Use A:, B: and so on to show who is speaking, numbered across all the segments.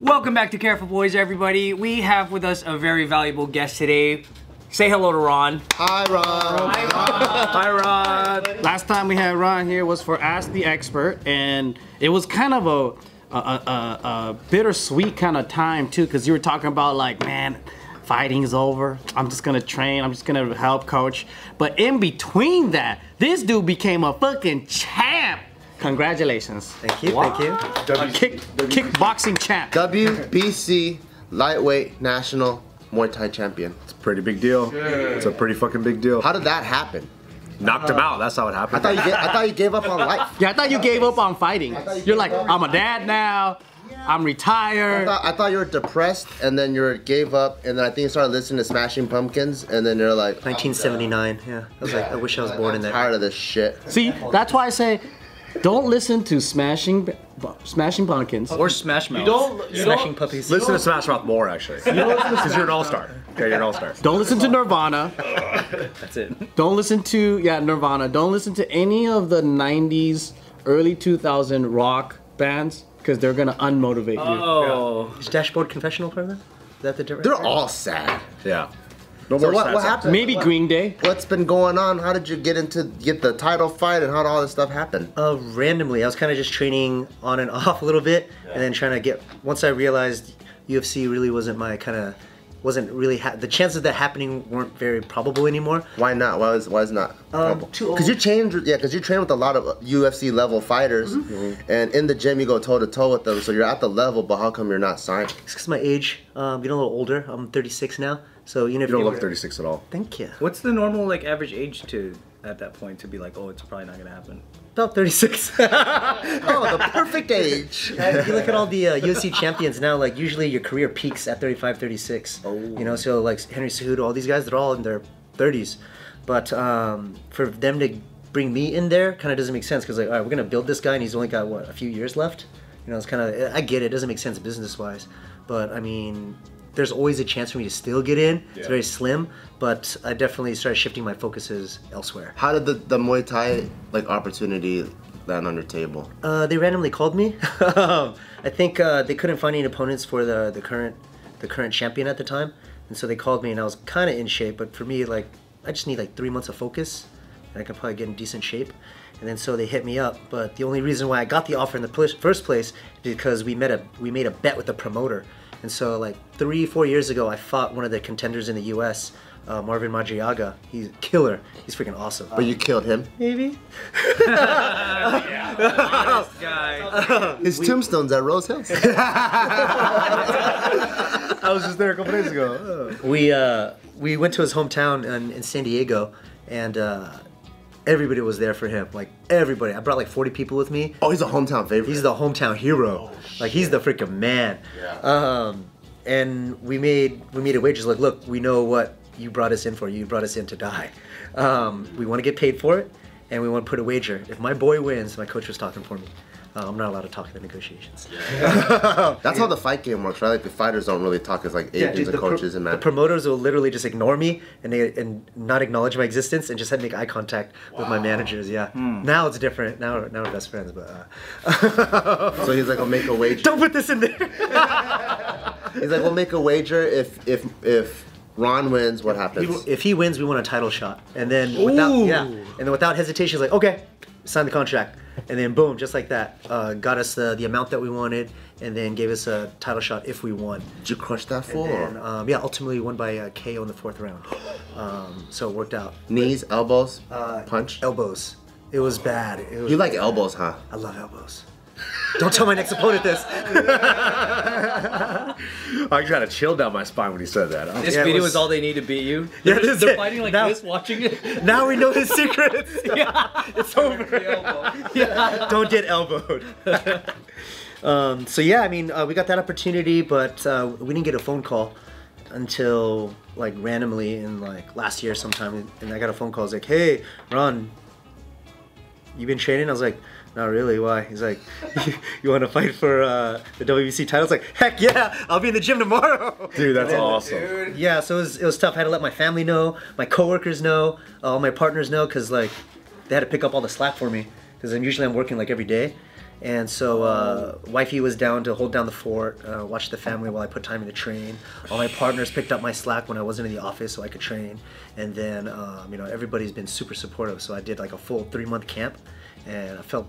A: Welcome back to Careful Boys, everybody. We have with us a very valuable guest today. Say hello to Ron.
B: Hi, Rob.
A: Hi, Ron.
C: Last time we had Ron here was for Ask the Expert, and it was kind of a a, a, a, a bittersweet kind of time too, because you were talking about like, man, fighting's over. I'm just gonna train. I'm just gonna help coach. But in between that, this dude became a fucking champ. Congratulations. Thank you. Thank you. A kick, kickboxing champ.
B: WBC lightweight national Muay Thai champion.
D: It's a pretty big deal. It's a pretty fucking big deal.
B: How did that happen?
D: Knocked him out. That's how it
B: I
D: happened.
B: thought you, ga- I thought you gave up on life.
C: Yeah, I thought you gave up on fighting. You're like, I'm a dad now. I'm
B: I
C: retired.
B: thought, I thought you were depressed, and then you were- gave up, and then I think you started listening to Smashing Pumpkins, and then you're like,
E: 1979. Yeah, I was like, I wish I was born in
B: I'm
E: that.
B: tired of this shit.
C: See, that's why I say, don't listen to smashing, Bu- smashing pumpkins.
E: Or Smash Mouth. You don't. Smashing puppies.
D: Listen to Smash Mouth more, actually. Because you're an all star. Okay, you're an all star.
C: Don't listen to Nirvana.
E: That's it.
C: Don't listen to yeah Nirvana. Don't listen to any of the '90s, early 2000 rock bands because they're gonna unmotivate you.
E: Oh. Is Dashboard Confessional part of that? Is that the difference?
B: They're all sad.
D: Yeah. No
B: So
D: more
B: what,
D: sad
B: what
D: songs.
B: happened?
C: Maybe Green Day.
B: What's been going on? How did you get into get the title fight, and how did all this stuff happen?
E: Uh, randomly, I was kind of just training on and off a little bit, and then trying to get. Once I realized UFC really wasn't my kind of, wasn't really ha- the chances of that happening weren't very probable anymore.
B: Why not? Why is why is not?
E: Um, too old.
B: Because you change, yeah. Because you train with a lot of UFC level fighters,
E: Mm-hmm.
D: Mm-hmm.
B: and in the gym you go toe to toe with them. So you're at the level, but how come you're not signed?
E: It's because my age. Um, getting a little older. I'm 36 now, so you know. if
D: You don't
E: you
D: look
E: were-
D: 36 at all.
E: Thank you.
F: What's the normal like average age to at that point to be like, oh, it's probably not gonna happen?
E: About 36.
B: Oh, the perfect age.
E: if you look at all the uh, UFC champions now, like usually your career peaks at 35, 36. Oh. You know, so like Henry Cejudo, all these guys, they're all in their 30s. But um, for them to bring me in there kind of doesn't make sense because like, all right, we're gonna build this guy and he's only got what a few years left. You know, it's kind of I get it, it doesn't make sense business wise, but I mean. There's always a chance for me to still get in. It's very slim, but I definitely started shifting my focuses elsewhere.
B: How did the, the Muay Thai like opportunity land on your table?
E: Uh, they randomly called me. Um, I think uh, they couldn't find any opponents for the, the current the current champion at the time, and so they called me, and I was kind of in shape. But for me, like I just need like three months of focus, and I could probably get in decent shape. And then so they hit me up. But the only reason why I got the offer in the pl- first place is because we met a we made a bet with the promoter. And so like three four years ago, I fought one of the contenders in the U.S. Uh, Marvin Madriaga, he's a killer. He's freaking awesome.
B: But you killed him.
E: Maybe
F: Oh,
B: His tombstone's at Rose Hills.
D: I was just there a couple days ago. Oh.
E: we uh, we went to his hometown in, in San Diego, and uh, everybody was there for him. Like everybody, I brought like 40 people with me.
B: oh, he's a hometown favorite.
E: He's the hometown hero. like he's the freaking man. Yeah. Um, and we made we made a wages like, look, we know what you brought us in for. You brought us in to die. Um, we want to get paid for it, and we want to put a wager. If my boy wins, my coach was talking for me. Uh, I'm not allowed to talk in the negotiations.
B: That's how the fight game works, right? Like the fighters don't really talk as like agents
E: dude,
B: and
E: the pro-
B: coaches and
E: the
B: man.
E: promoters will literally just ignore me and they and not acknowledge my existence and just had to make eye contact with my managers. Yeah.
B: Hmm.
E: Now it's different. Now we're, now we're best friends, but uh,
B: so he's like, I'll make a wager.
E: don't put this in there.
B: He's like, we'll make a wager if if if Ron wins, what happens?
E: if he wins, we want a title shot, and then without yeah, and then without hesitation, he's like, okay, sign the contract, and then boom, just like that, uh, got us the the amount that we wanted, and then gave us a title shot if we won.
B: Did you crush that fool?
E: And um, yeah, ultimately won by uh, KO in the fourth round. Um, so it worked out.
B: Knees, elbows, punch.
E: Elbows. It was bad. It was
B: you like elbows, huh?
E: I love elbows. Don't tell my next opponent this.
D: I got a chill down my spine when he said that. I was-
F: This
E: Yeah, it
F: video
E: was-
F: is all they need to beat you.
E: Yeah,
F: They're,
E: this is
F: they're
E: it.
F: fighting like
E: Now-
F: this, watching it.
E: Now we know his secrets.
F: It's over.
E: Don't get elbowed. um, so yeah, I mean, uh, we got that opportunity, but uh, we didn't get a phone call until like randomly in like last year sometime, and I got a phone call. It's like, hey, Ron, you been training? I was like, not really. Why? He's like, you, want to fight for uh, the WBC titles? Like, heck yeah! I'll be in the gym tomorrow.
D: Dude, that's awesome.
E: Yeah, so it was, it was tough. I had to let my family know, my coworkers know, all my partners know, because like they had to pick up all the slack for me. Because usually I'm working like every day, And so, uh, wifey was down to hold down the fort, uh, watch the family while I put time in the train. All my partners picked up my slack when I wasn't in the office, so I could train. And then, um, you know, everybody's been super supportive. So I did like a full three month camp, and I felt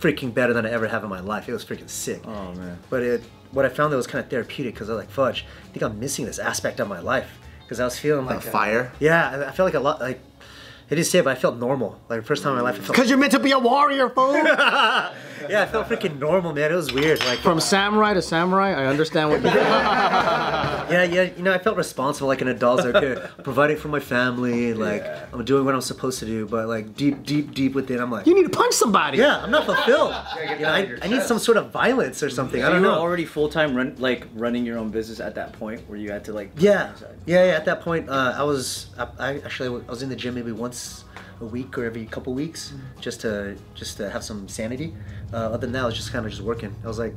E: freaking better than I ever have in my life. It was freaking sick.
F: Oh, man.
E: But it, what I found that was kind of therapeutic because I was like, fudge, I think I'm missing this aspect of my life because I was feeling like a-
B: fire?
E: yeah, I- I felt like a lot like. I didn't say it, but I felt normal. Like the first time in my life, I felt
C: Cause you're meant to be a warrior, fool.
E: yeah, I felt freaking normal, man. It was weird. Like
C: From samurai to samurai, I understand what you're
E: yeah, yeah, you know, I felt responsible like an adult. Like, okay, providing for my family, like I'm doing what I'm supposed to do. But like deep, deep, deep within, I'm like,
C: You need to punch somebody.
E: yeah, I'm not fulfilled. You know, I, I need some sort of violence or something. I
F: you
E: don't
F: were
E: know.
F: already full time run like running your own business at that point where you had to like
E: Yeah, yeah, yeah. At that point, uh, I was I, I actually I was in the gym maybe once a week or every couple weeks
F: Mm-hmm.
E: just to just to have some sanity. Uh, other than that, I was just kind of just working. I was like,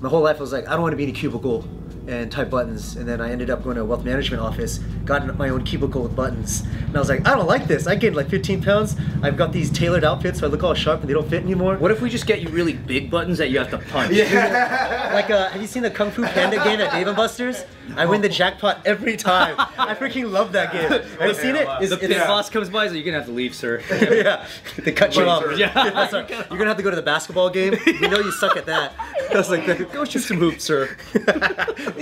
E: my whole life I was like, I don't want to be in a cubicle and tie buttons. And then I ended up going to a wealth management office, got my own cubicle with buttons, and I was like, I don't like this. I gained like 15 pounds. I've got these tailored outfits, so I look all sharp and they don't fit anymore.
F: What if we just get you really big buttons that you have to punch?
E: Like, uh, have you seen the Kung Fu Panda game at Dave and Buster's? I win the jackpot every time. I freaking love that game. Have you seen it? It's-
F: The, the
E: it's-
F: boss comes by, so you're gonna have to leave, sir.
E: yeah, they cut you off.
F: Yeah.
E: That's right. You're gonna have to go to the basketball game. You know you suck at that. I was like, go shoot some hoops, sir. Dang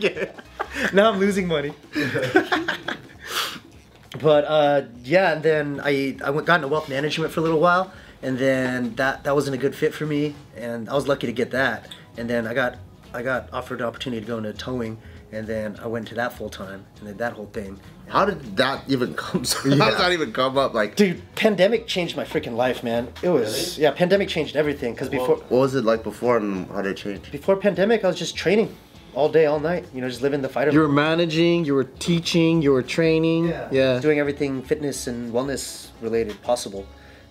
E: it. Now I'm losing money. but uh, yeah, and then I I went, got into wealth management for a little while, and then that that wasn't a good fit for me, and I was lucky to get that. And then I got I got offered an opportunity to go into towing, and then I went to that full time, and then that whole thing.
B: How did that even come? How did that even come up? Like,
E: Dude, pandemic changed my freaking life, man. It was yeah, pandemic changed everything. Cause before
B: what was it like before, and how did it change?
E: before pandemic, I was just training all day, all night. You know, just living the fighter.
C: You were managing, you were teaching, you were training. Yeah.
E: doing everything fitness and wellness related possible.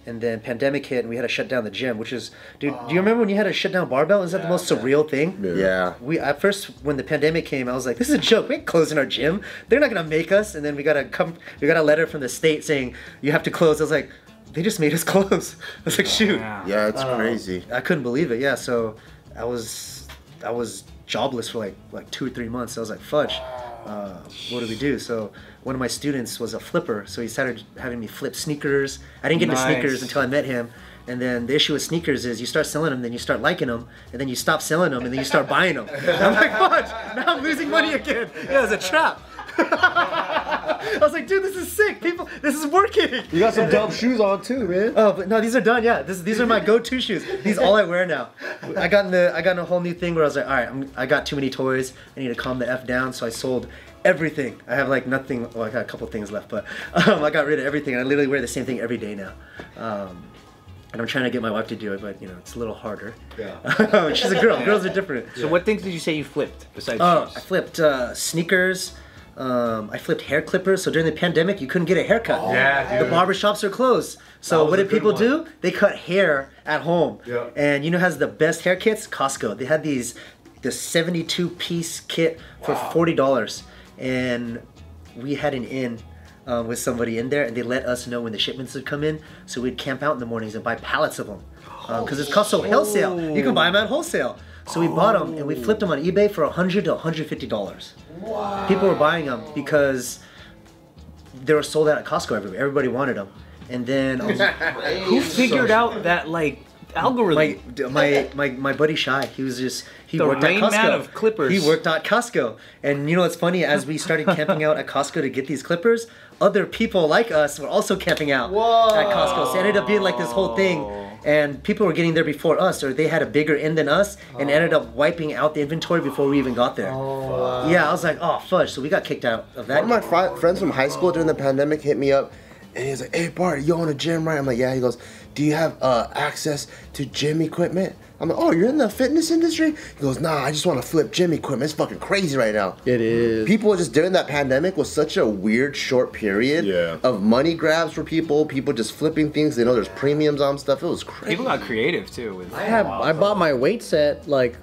E: And then pandemic hit, and we had to shut down the gym, which is, dude. do you remember when you had to shut down barbell? Is that the most surreal thing?
B: Yeah.
E: We at first when the pandemic came, I was like, "This is a joke. We ain't closing our gym. They're not gonna make us." And then we got a come, we got a letter from the state saying you have to close. I was like, "They just made us close." I was like, "Shoot."
B: Yeah, it's crazy.
E: I couldn't believe it. Yeah, so I was I was jobless for like like two or three months. I was like, fudge, uh, what do we do? So one of my students was a flipper, so he started having me flip sneakers. I didn't get into
A: Nice.
E: sneakers until I met him. And then the issue with sneakers is you start selling them, then you start liking them, and then you stop selling them, and then you start buying them. And I'm like, fudge, now I'm losing money again. Yeah, it's a trap. I was like, dude, this is sick. People, this is working.
C: You got some dope shoes on too, man.
E: Oh, but no, these are done. Yeah, this, these are my go-to shoes. These all I wear now. I got in the I got in a whole new thing where I was like, all right, I'm, I got too many toys. I need to calm the f down. So I sold everything. I have like nothing. Well, I got a couple things left, but um, I got rid of everything. And I literally wear the same thing every day now. Um, and I'm trying to get my wife to do it, but you know, it's a little harder. Yeah. She's a girl. Girls are different.
A: So what things did you say you flipped besides
E: Oh, I
A: shoes?
E: flipped uh, sneakers. Um, I flipped hair clippers. So during the pandemic, you couldn't get a haircut.
D: Oh, Yeah,
E: The barbershops are closed.
D: That
E: So
D: was
E: what
D: a
E: did
D: good
E: people
D: one.
E: do? They cut hair at home.
D: Yeah.
E: And you know who has the best hair kits? Costco. They had these the 72 piece kit for $40. And we had an in um, with somebody in there and they let us know when the shipments would come in. So we'd camp out in the mornings and buy pallets of them. Because it's Costco wholesale. You can buy them at wholesale. So we bought them and we flipped them on eBay for 100 to 150 dollars. People were buying them because they were sold out at Costco everywhere. Everybody wanted them. And then um,
F: Who figured out that like algorithm?
E: my, my my my buddy Shy, he was just he
A: The
E: worked at
A: Rain
E: Costco.
A: Man of clippers.
E: He worked at Costco, and you know what's funny? As we started camping out at Costco to get these clippers, other people like us were also camping out at Costco. So it ended up being like this whole thing, and people were getting there before us, or they had a bigger end than us, and ended up wiping out the inventory before we even got there. Yeah, I was like, oh fudge! So we got kicked out of that.
B: One of my fri- friends from high school during the pandemic hit me up, and he was like, "Hey Bart, you own a gym, right?" I'm like, "Yeah." He goes, "Do you have uh, access to gym equipment?" I'm like, "Oh, you're in the fitness industry?" He goes, "Nah, I just want to flip gym equipment. It's fucking crazy right now."
C: It is.
B: People just during that pandemic was such a weird short period
D: Yeah.
B: of money grabs for people. People just flipping things. They know there's premiums on stuff. It was crazy.
A: People got creative too with
C: I have I bought my weight set like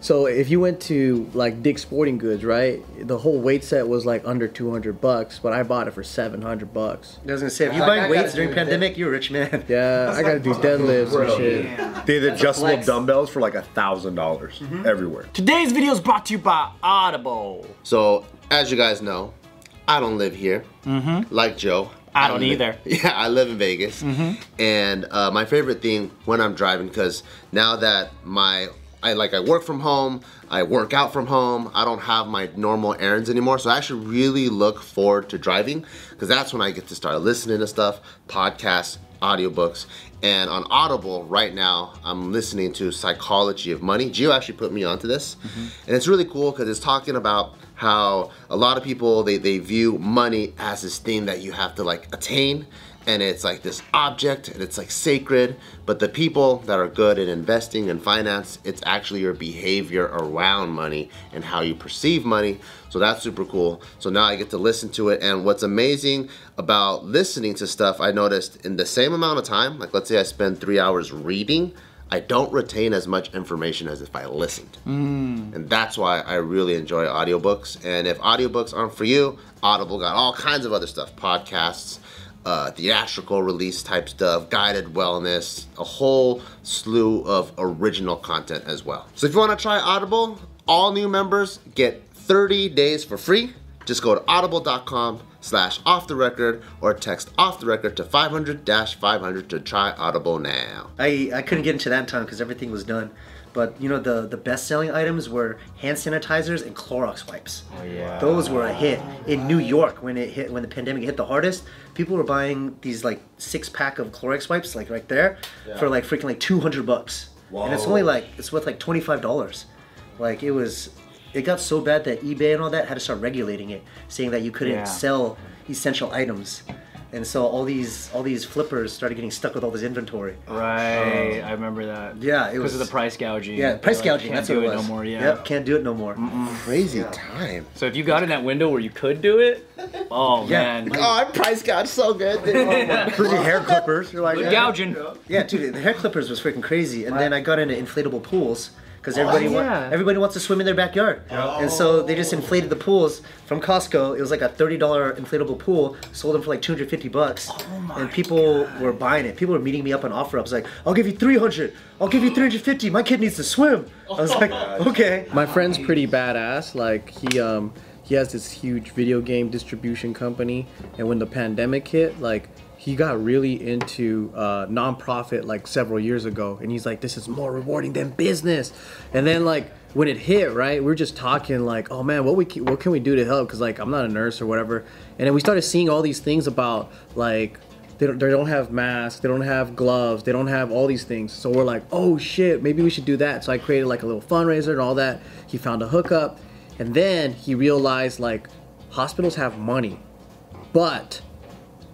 G: So if you went to like Dick's Sporting Goods, right? The whole weight set was like under 200 bucks, but I bought it for 700 bucks.
E: I was gonna say, if you
B: I- I
E: buy
B: gotta
E: weights during
B: do that.
E: pandemic, you're a rich man.
G: Yeah, I gotta do deadlifts and shit.
D: They had Mm-hmm. adjustable
C: flex.
D: dumbbells for like a thousand dollars everywhere.
A: Today's video is brought to you by Audible.
B: So, as you guys know, I don't live here. Mm-hmm. Like Joe.
A: I don't
B: live-
A: either. Mm-hmm.
B: yeah, I live in Vegas. And uh, my favorite thing when I'm driving, because now that my I like I work from home, I work out from home. I don't have my normal errands anymore, so I actually really look forward to driving because that's when I get to start listening to stuff, podcasts, audiobooks, and on Audible right now I'm listening to Psychology of Money. Gio actually put me onto this,
A: Mm-hmm.
B: and it's really cool because it's talking about how a lot of people they, they view money as this thing that you have to like attain and it's like this object and it's like sacred but the people that are good at investing and finance it's actually your behavior around money and how you perceive money so that's super cool so now i get to listen to it and what's amazing about listening to stuff i noticed in the same amount of time like let's say i spend three hours reading i don't retain as much information as if i listened and that's why I really enjoy audiobooks. And if audiobooks aren't for you, Audible got all kinds of other stuff podcasts, uh, theatrical release type stuff, guided wellness, a whole slew of original content as well. So if you want to try Audible, all new members get 30 days for free. Just go to audible.com slash off the record or text off the record to 500 500 to try Audible now.
E: I, I couldn't get into that in time because everything was done. But you know the the best selling items were hand sanitizers and Clorox wipes. Oh yeah. Those were a hit in New York when it hit when the pandemic hit the hardest. People were buying these like six pack of Clorox wipes like right there for like freaking like two hundred bucks. And it's only like it's worth like twenty five dollars. Like it was, it got so bad that eBay and all that had to start regulating it, saying that you couldn't
A: Yeah.
E: sell essential items. And so all these all these flippers started getting stuck with all this inventory.
F: Right, I remember that.
E: Yeah, it
F: because of
E: was-
F: the price gouging.
E: Yeah, price
F: Mm-hmm. Like,
E: gouging.
F: Can't
E: That's
F: do
E: what it
F: it
E: was.
F: no more. Yeah.
E: Yep, can't do it no more.
B: Crazy time.
F: So if you got in that window where you could do it, oh
E: Yeah.
F: man,
B: Oh, I price got so good. dude.
E: Crazy hair clippers. You're like,
F: Good
E: yeah.
F: gouging.
E: yeah, dude, the hair clippers was freaking crazy. And then I got into inflatable pools because everybody wa-
F: Oh, yeah. Oh.
E: everybody wants to swim in their backyard. And so they just inflated the pools from Costco. It was like a thirty dollar inflatable pool, sold them for like two hundred fifty bucks.
F: Oh
E: and people were buying it. People were meeting me up on offer ups like, I'll give you three hundred. I'll give you three hundred fifty. My kid needs to swim. I was like, okay.
G: My friend's pretty badass. Like he um he has this huge video game distribution company, and when the pandemic hit, like he got really into uh, nonprofit like several years ago, and he's like, this is more rewarding than business. And then like when it hit, right, we were just talking like, oh man, what we ca- what can we do to help? Because like I'm not a nurse or whatever, and then we started seeing all these things about like they don't, they don't have masks they don't have gloves they don't have all these things so we're like oh shit maybe we should do that so i created like a little fundraiser and all that he found a hookup and then he realized like hospitals have money but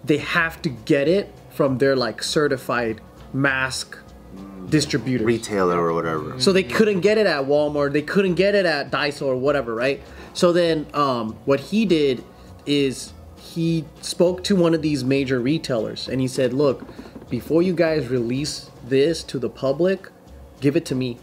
G: they have to get it from their like certified mask distributors
B: Retailer or whatever.
G: so they couldn't get it at Walmart. They couldn't get it at Daiso or whatever, right? So then um, what he did is he spoke to one of these major retailers and he said, look, before you guys release this to the public, give it to me.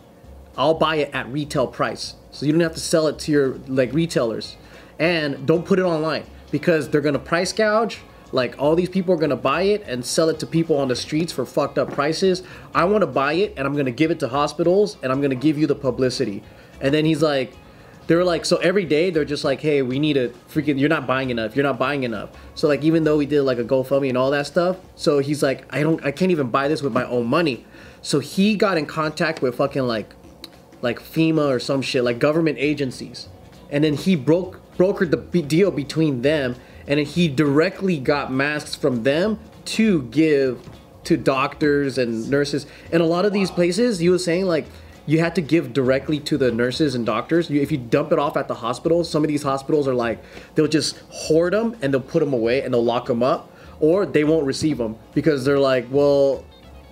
G: I'll buy it at retail price. So you don't have to sell it to your like retailers. And don't put it online because they're gonna price gouge. Like all these people are gonna buy it and sell it to people on the streets for fucked up prices. I wanna buy it and I'm gonna give it to hospitals and I'm gonna give you the publicity. And then he's like, they were like, so every day they're just like, hey, we need a freaking, you're not buying enough, you're not buying enough. So like, even though we did like a GoFundMe and all that stuff, so he's like, I don't, I can't even buy this with my own money. So he got in contact with fucking like like FEMA or some shit, like government agencies. And then he broke brokered the b- deal between them, and then he directly got masks from them to give to doctors and nurses. And a lot of these places, you were saying like you had to give directly to the nurses and doctors. You, if you dump it off at the hospital, some of these hospitals are like they'll just hoard them and they'll put them away and they'll lock them up, or they won't receive them because they're like, well,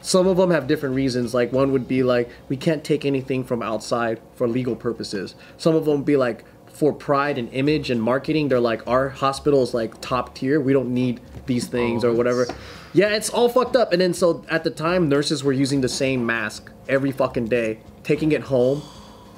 G: some of them have different reasons. Like one would be like we can't take anything from outside for legal purposes. Some of them would be like for pride and image and marketing. They're like our hospital is like top tier. We don't need these things or whatever. Yeah, it's all fucked up. And then so at the time, nurses were using the same mask every fucking day, taking it home.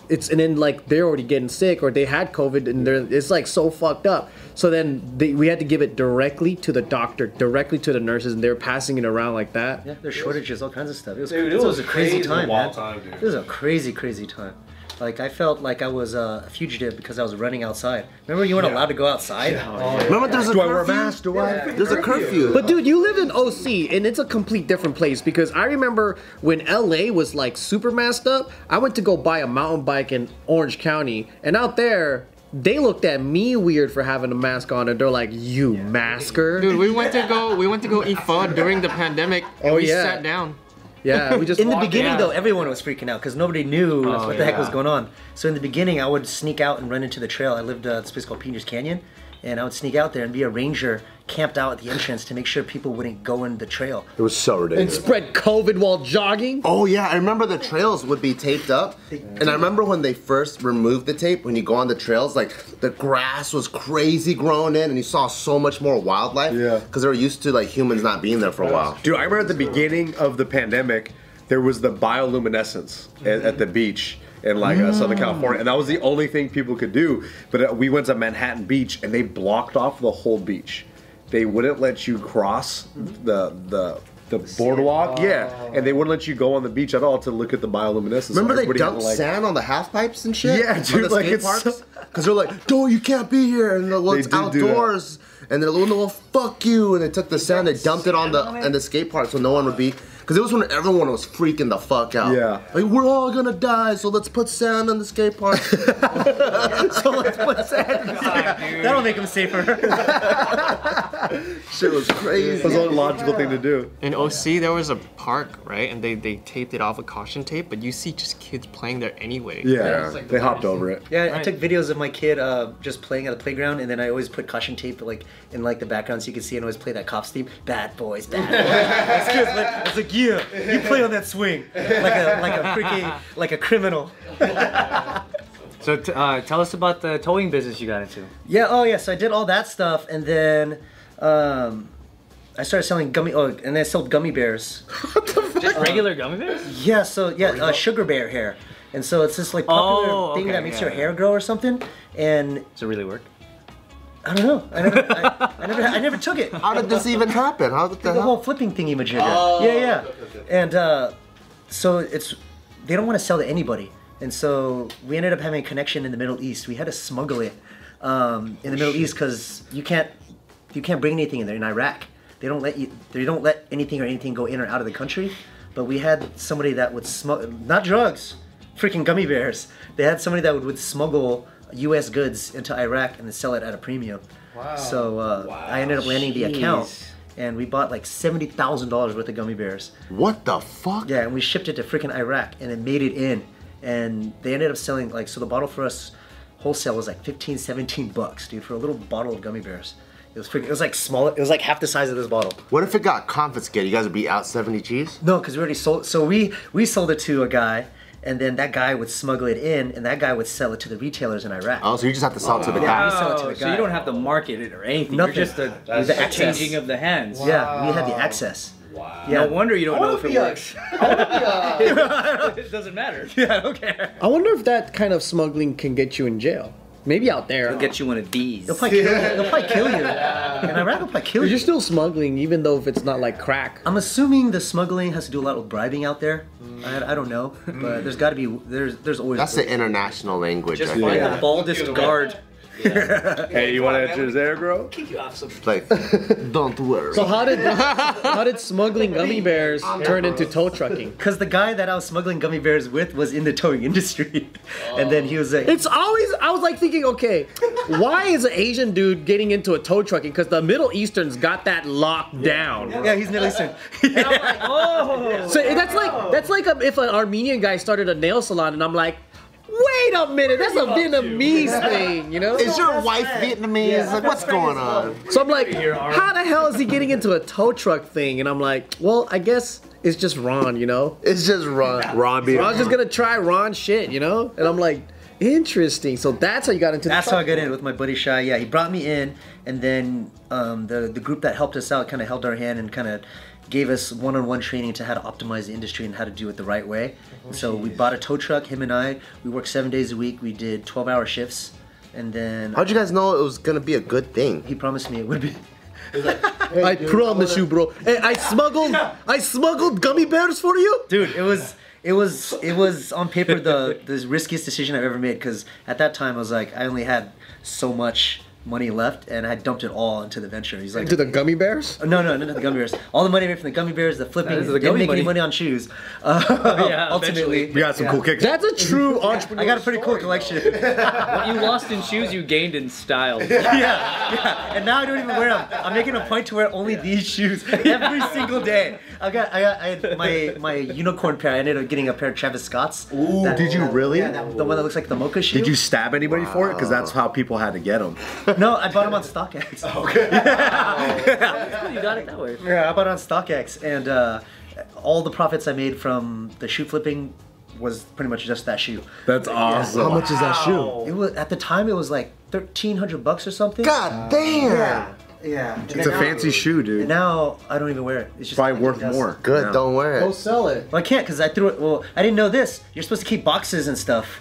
G: it's and then like they're already getting sick or they had COVID and they're it's like so fucked up. So then they, we had to give it directly to the doctor, directly to the nurses, and they're passing it around like that.
E: Yeah, there's shortages, all kinds of stuff. It was,
H: Dude,
E: it
H: it
E: was,
H: was
E: a crazy,
H: crazy
E: time,
H: wild
E: man.
H: time, dude.
E: It was a crazy, crazy time. Like I felt like I was uh, a fugitive because I was running outside. Remember, you weren't allowed to go outside.
B: Remember, there's a
D: Do I wear a
B: curfew?
D: mask? Do I?
B: There's a curfew.
G: But dude, you live in OC and it's a complete different place because I remember when LA was like super masked up, I went to go buy a mountain bike in Orange County and out there they looked at me weird for having a mask on and they're like, "You masker."
I: Dude, we went to go. We went to go eat pho during the pandemic. and
G: Oh,
I: we
G: yeah.
I: sat down.
G: yeah, we just
E: in the
G: walked-
E: beginning,
I: out.
E: though, everyone was freaking out because nobody knew
I: Oh,
E: what the heck was
I: yeah.
E: going on. So in the beginning, I would sneak out and run into the trail. I lived uh, at this place called Peters Canyon, and I would sneak out there and be a ranger camped out at the entrance to make sure people wouldn't go in the trail.
H: It was so
G: and
D: ridiculous.
G: spread COVID while jogging.
B: Oh yeah, I remember the trails would be taped up, and I remember when they first removed the tape. When you go on the trails, like the grass was crazy growing in, and you saw so much more wildlife.
D: Yeah.
B: because they were used to like humans not being there for a while.
D: Dude, I remember at the beginning of the pandemic, there was the bioluminescence at, at the beach in like uh, Southern California, and that was the only thing people could do. But uh, we went to Manhattan Beach, and they blocked off the whole beach. They wouldn't let you cross the the. The boardwalk, yeah, and they wouldn't let you go on the beach at all to look at the bioluminescence.
B: Remember they
D: Everybody had to,
B: dumped
D: like-
B: sand on the half pipes and shit.
D: Yeah, dude,
B: on the
D: like,
B: skate
D: it's
B: parks.
D: so-
B: Cause they're like, "Dude, you can't be here," and they're like, well,
D: They
B: it's
D: did do that.
B: outdoors, and they're like, "Well, fuck you," and they took the sand, they dumped it on the and the skate park, so no one would be. Cause it was when everyone was freaking the fuck out.
D: Yeah.
B: like we're all gonna die, so let's put sand on the skate park.
E: so let's put that. That'll make them safer.
B: shit was
D: It was
B: crazy.
D: the logical thing to do.
I: In OC, there was a park, right? And they, they taped it off with caution tape, but you see just kids playing there anyway.
D: Yeah,
I: It's like the
D: they hopped
I: weirdest
D: over it.
E: Yeah, I took videos of my kid uh, just playing at the playground, and then I always put caution tape like in like the background so you can see, and always play that cops theme, "Bad boys, bad boys." This kid's like- I was like, "Yeah, you play on that swing like a like a freaking like a criminal."
F: So t- uh, tell us about the towing business you got into.
E: Yeah. Oh, yeah. So I did all that stuff, and then um, I started selling gummy. Oh, and I sold gummy bears.
F: Just
E: Uh,
F: regular gummy bears?
E: Yeah. So yeah, uh, sugar bear hair. And so it's this like popular
F: Oh,
E: thing
F: okay,
E: that makes
F: yeah,
E: your hair grow or something. And
F: Does it really work?
E: I don't know. I never, I, I never, I never took it.
B: How did this even happen? How did that
E: the whole
B: happen?
E: flipping thingy majigger. yeah, yeah. And uh, so it's they don't want to sell to anybody, and so we ended up having a connection in the Middle East. We had to smuggle it um, in the Middle East because you can't you can't bring anything in there in Iraq. They don't let you. They don't let anything or anything go in or out of the country. But we had somebody that would smuggle not drugs, freaking gummy bears. They had somebody that would, would smuggle U.S. goods into Iraq and then sell it at a premium. Wow. So uh, I ended up landing the account, and we bought like seventy thousand dollars worth of gummy bears.
B: What the fuck?
E: Yeah, and we shipped it to freaking Iraq, and it made it in, and they ended up selling like so the bottle for us wholesale was like 15, 17 bucks, dude, for a little bottle of gummy bears. It was freaking. It was like small. It was like half the size of this bottle.
B: What if it got confiscated? You guys would be out seventy G's.
E: No, because we already sold. So we we sold it to a guy, and then that guy would smuggle it in, and that guy would sell it to the retailers in Iraq.
B: Oh, so you just have to sell it to the
E: Yeah,
B: guy.
E: we sell it to the
F: so
E: guy.
F: you don't have to market it or anything.
E: Oh, Nothing.
F: You're just a,
E: That's
F: the
E: access.
F: changing of the hands.
E: Yeah, we had the access. Wow. Yeah.
F: No wonder you don't know if it works. it doesn't matter. Yeah.
G: I wonder if that kind of smuggling can get you in jail. Maybe out there.
F: It'll get you one of these.
E: They'll probably kill you. They'll probably kill you. In Iraq, they'll probably kill
G: You're
E: you.
G: still smuggling, even though if it's not like crack.
E: I'm assuming the smuggling has to do a lot with bribing out there. I, I don't know, but there's got to be there's there's always
B: That's the international language.
F: Just
B: right
F: find
B: there.
F: the baldest guard.
D: Hey, you want to enter his air, bro?
B: Like, don't worry.
G: So how did how did smuggling gummy bears turn into tow trucking?
E: because the guy that I was smuggling gummy bears with was in the towing industry, and then he was like,
G: It's always I was like thinking, okay, why is an Asian dude getting into a tow trucking? Because the Middle Eastern's got that locked down.
E: yeah, he's Middle Eastern.
G: So that's like that's like um if an Armenian guy started a nail salon, and I'm like, wait a minute, that's a Vietnamese thing, you know?
B: Is your wife Vietnamese? like, what's going on?
G: So I'm like, how the hell is he getting into a tow truck thing? And I'm like, well, I guess it's just Ron, you know?
B: It's just Ron. Ron beat
G: Ron's just gonna try Ron shit, you know? And I'm like, interesting. So that's how you got into the
E: That's how
G: truck.
E: I got in with my buddy Shy. Yeah, he brought me in, and then um, the the group that helped us out kind of held our hand and kind of gave us one-on-one training to how to optimize the industry and how to do it the right way. And so we bought a tow truck. Him and I. We worked seven days a week. We did twelve-hour shifts, and then
B: How'd you guys know it was gonna be a good thing?
E: he promised me it would be.
G: I promise you, bro. Hey, I smuggled, I smuggled gummy bears for you.
E: dude it was it was it was on paper the the riskiest decision i've ever made because at that time i was like i only had so much money left and i dumped it all into the venture he's like
G: To the gummy bears.
E: no no no, no the gummy bears all the money I made from the gummy bears the flipping
I: is the
E: didn't
I: gummy
E: make
I: money.
E: any money on shoes uh,
I: Yeah,
E: ultimately
D: We got some cool kicks.
G: That's a true entrepreneur.
E: I got a pretty cool collection. yeah,
F: What you lost in shoes, you gained in style.
E: yeah. And now I don't even wear them. I'm making a point to wear only these shoes every single day. I got, I got, I had my my unicorn pair. I ended up getting a pair of Travis Scotts.
D: Ooh, did you really?
E: Yeah, that- the one that looks like the mocha shoe.
D: Did you stab anybody for it? Because that's how people had to get them.
E: No, I bought them on StockX.
D: Oh.
F: you got it that way.
E: Yeah, I bought it on StockX, and uh, all the profits I made from the shoe flipping was pretty much just that shoe.
D: That's awesome.
B: How much is that shoe?
E: It was at the time it was like thirteen hundred bucks or something.
B: God damn!
E: Yeah, yeah. And
D: It's a
E: now-
D: fancy shoe,
E: and
D: dude.
E: Now I don't even wear it. It's just
D: Probably worth
E: dust.
D: more.
B: Good,
D: Yeah.
B: don't wear it.
G: Go sell it.
E: Well, I can't because I threw it. Well, I didn't know this. You're supposed to keep boxes and stuff.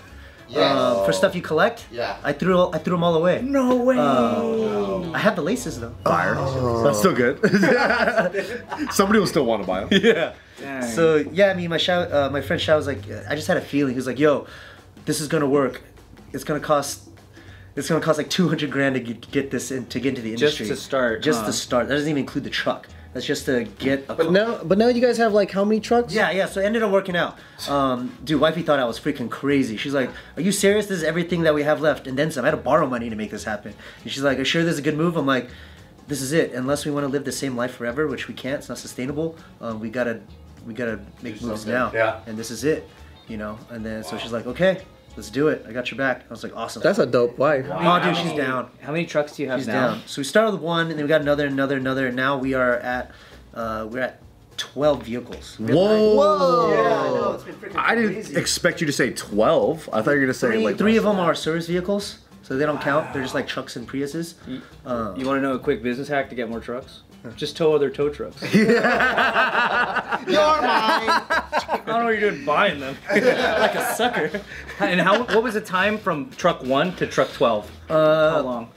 E: uh, for stuff you collect.
B: Yeah.
E: I threw all, I threw them all away. No way. I have the laces though.
D: Fire. That's still good. Somebody will still want to buy them.
E: So yeah, I mean, my Shao, uh, my friend Shao was like, I just had a feeling. He was like, "Yo, this is gonna work. It's gonna cost, it's gonna cost like two hundred grand to get, get this in, to get into the
F: Just
E: industry.
F: to start,
E: Just
F: huh.
E: to start. That doesn't even include the truck. That's just to get a.
G: But now, but now you guys have like how many trucks?
E: Yeah, yeah. So it ended up working out. Um, dude, wifey thought I was freaking crazy. She's like, "Are you serious? This is everything that we have left, and then some." I had to borrow money to make this happen. And she's like, "Are you sure this is a good move?" I'm like, "This is it. Unless we want to live the same life forever, which we can't. It's not sustainable. Um, we gotta, we gotta make moves now.
D: Yeah.
E: And this is it, you know." And then so she's like, "Okay, let's do it. I got your back." I was like, "Awesome."
G: That's a dope wife.
E: oh, dude, she's down.
F: How many trucks do you have
E: She's
F: now?
E: down. So we started with one, and then we got another, another, another, and now we are at, uh, we're at twelve vehicles. We have
D: Whoa.
E: yeah, I know. Oh, It's been freaking
D: I didn't
E: crazy.
D: expect you to say 12. I thought you were going to say
E: three,
D: like
E: three of them are service vehicles, so they don't count. They're just like trucks and Priuses.
F: You want to know a quick business hack to get more trucks? Just tow other tow trucks.
B: You're mine!
F: I don't know what you're doing buying them. like a sucker. And how? What was the time from truck one to truck twelve? Uh, how long?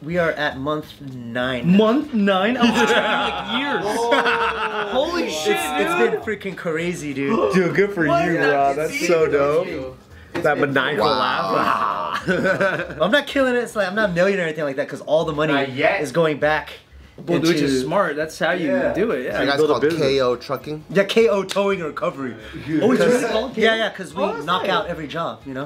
E: We are at month nine.
F: Month nine. I was trying like years. Holy shit,
E: It's
F: dude!
E: been freaking crazy, dude.
D: Dude, good for you, Rob. That's so dope. That maniacal laugh.
E: I'm not killing it. It's like I'm not a millionaire or anything like that because all the money is going back.
F: Well,
E: into,
F: which is smart. That's how you do it.
B: You
F: Yeah.
B: guys
D: build a
B: called
D: business.
B: KO Trucking?
E: Yeah, KO towing and recovery.
F: Oh, it's really
E: yeah,
F: called KO?
E: yeah, because we
F: Oh, that's
E: knock
F: nice.
E: out every job, you know.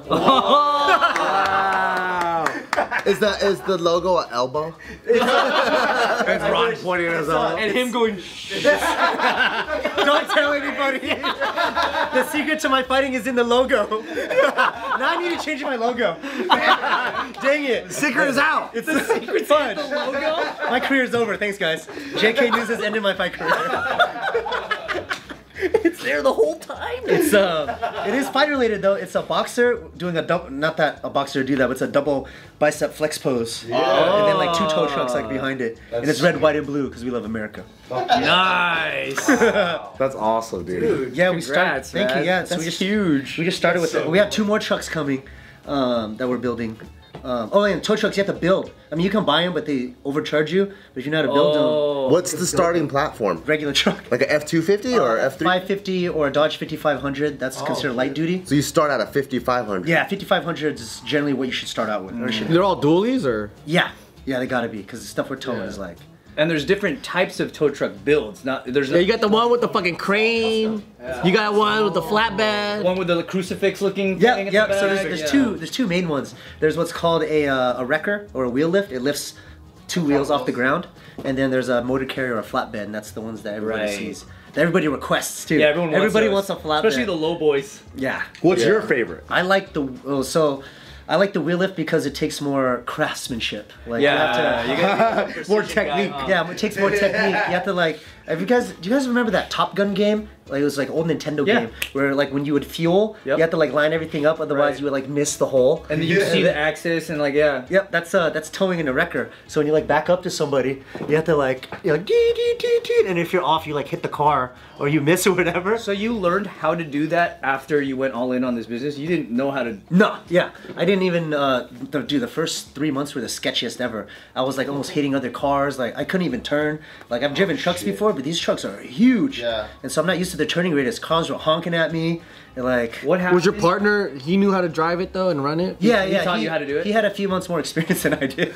B: Is that is the logo an elbow?
D: That's Ron pointing us out.
A: And him going, "Shh."
E: Don't tell anybody. the secret to my fighting is in the logo. now I need to change my logo. Dang it.
D: Secret is out.
E: It's a secret fun. My career's over. Thanks, guys. JK News has ended my fight career. it's there the whole time. It's uh, it is fight related though. It's a boxer doing a double. Not that a boxer would do that, but it's a double bicep flex pose. and then like two toe trucks like behind it, and it's red, white, and blue because we love America.
F: Nice.
D: That's awesome, dude.
E: Yeah, we started.
F: Congrats,
E: Thank you.
F: man.
E: Yeah, so
F: That's
E: we just
F: huge.
E: We just started with it. We have two more trucks coming um, that we're building. Um, oh, and tow trucks you have to build. I mean, you can buy them, but they overcharge you. But if you know how to build
F: Oh.
E: them,
B: What's the starting platform?
E: regular truck.
B: Like a F two fifty or F three?
E: 550 or a Dodge 5500, that's
F: Oh,
E: considered light duty.
B: So you start at a fifty five hundred.
E: Yeah, 5500 is generally what you should start out
F: Mm.
E: with. or should-
G: They're all dualies or?
E: yeah, yeah, they gotta be, because the stuff we're towing is like.
F: And there's different types of tow truck builds. Not there's
G: Yeah, you got the one with the fucking crane. You got one with the flatbed.
F: one with the crucifix looking.
E: Yeah,
F: thing at
E: yeah.
F: The back.
E: so there's, there's
F: yeah.
E: two there's two main ones. There's what's called a uh, a wrecker or a wheel lift. It lifts two wheels off the ground, and then there's a motor carrier or a flatbed, and that's the ones that everybody
F: Right.
E: sees. That everybody requests too.
F: Yeah, everyone wants
E: everybody
F: those.
E: wants a flatbed.
F: Especially the low boys.
E: yeah.
D: What's your favorite?
E: I like the oh, so I like the wheel lift because it takes more craftsmanship. Like you have to,
D: More technique.
E: yeah, it takes more technique. You have to like. If you guys, do you guys remember that Top Gun game? Like it was like old Nintendo
F: Yeah.
E: game where like when you would fuel,
F: Yep.
E: you had to like line everything up, otherwise
F: Right.
E: you would like miss the hole.
F: And then you see the axis and like yeah.
E: Yep, that's uh, that's towing in a wrecker. So when you like back up to somebody, you have to like you're like dee, dee, dee, dee, and if you're off, you like hit the car or you miss or whatever.
F: So you learned how to do that after you went all in on this business. You didn't know how to.
E: No, yeah, I didn't even uh, th- do the first three months were the sketchiest ever. I was like almost hitting other cars, like I couldn't even turn. Like I've
F: Oh,
E: driven trucks before, but these trucks are huge,
B: Yeah.
E: and so I'm not used to the turning radius. Cars were honking at me, and like
F: What happened?
G: Was your partner? He knew how to drive it though and run it.
E: Yeah,
F: he
E: yeah.
F: taught you how to do it?
E: He had a few months more experience than I did.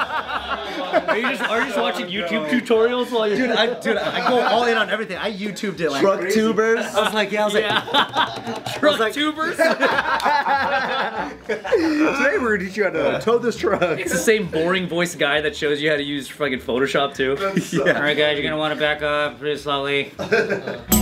F: Are you just, are you just watching YouTube tutorials while you're?
E: dude, I, dude, I go all in on everything. I YouTubed it like truck tubers. I was like, yeah, I was like, truck like, tubers.
D: Today we're gonna teach you how to tow this truck.
F: It's the same boring voice guy that shows you how to use fucking Photoshop too. All right, guys, you're gonna want to back up pretty slowly.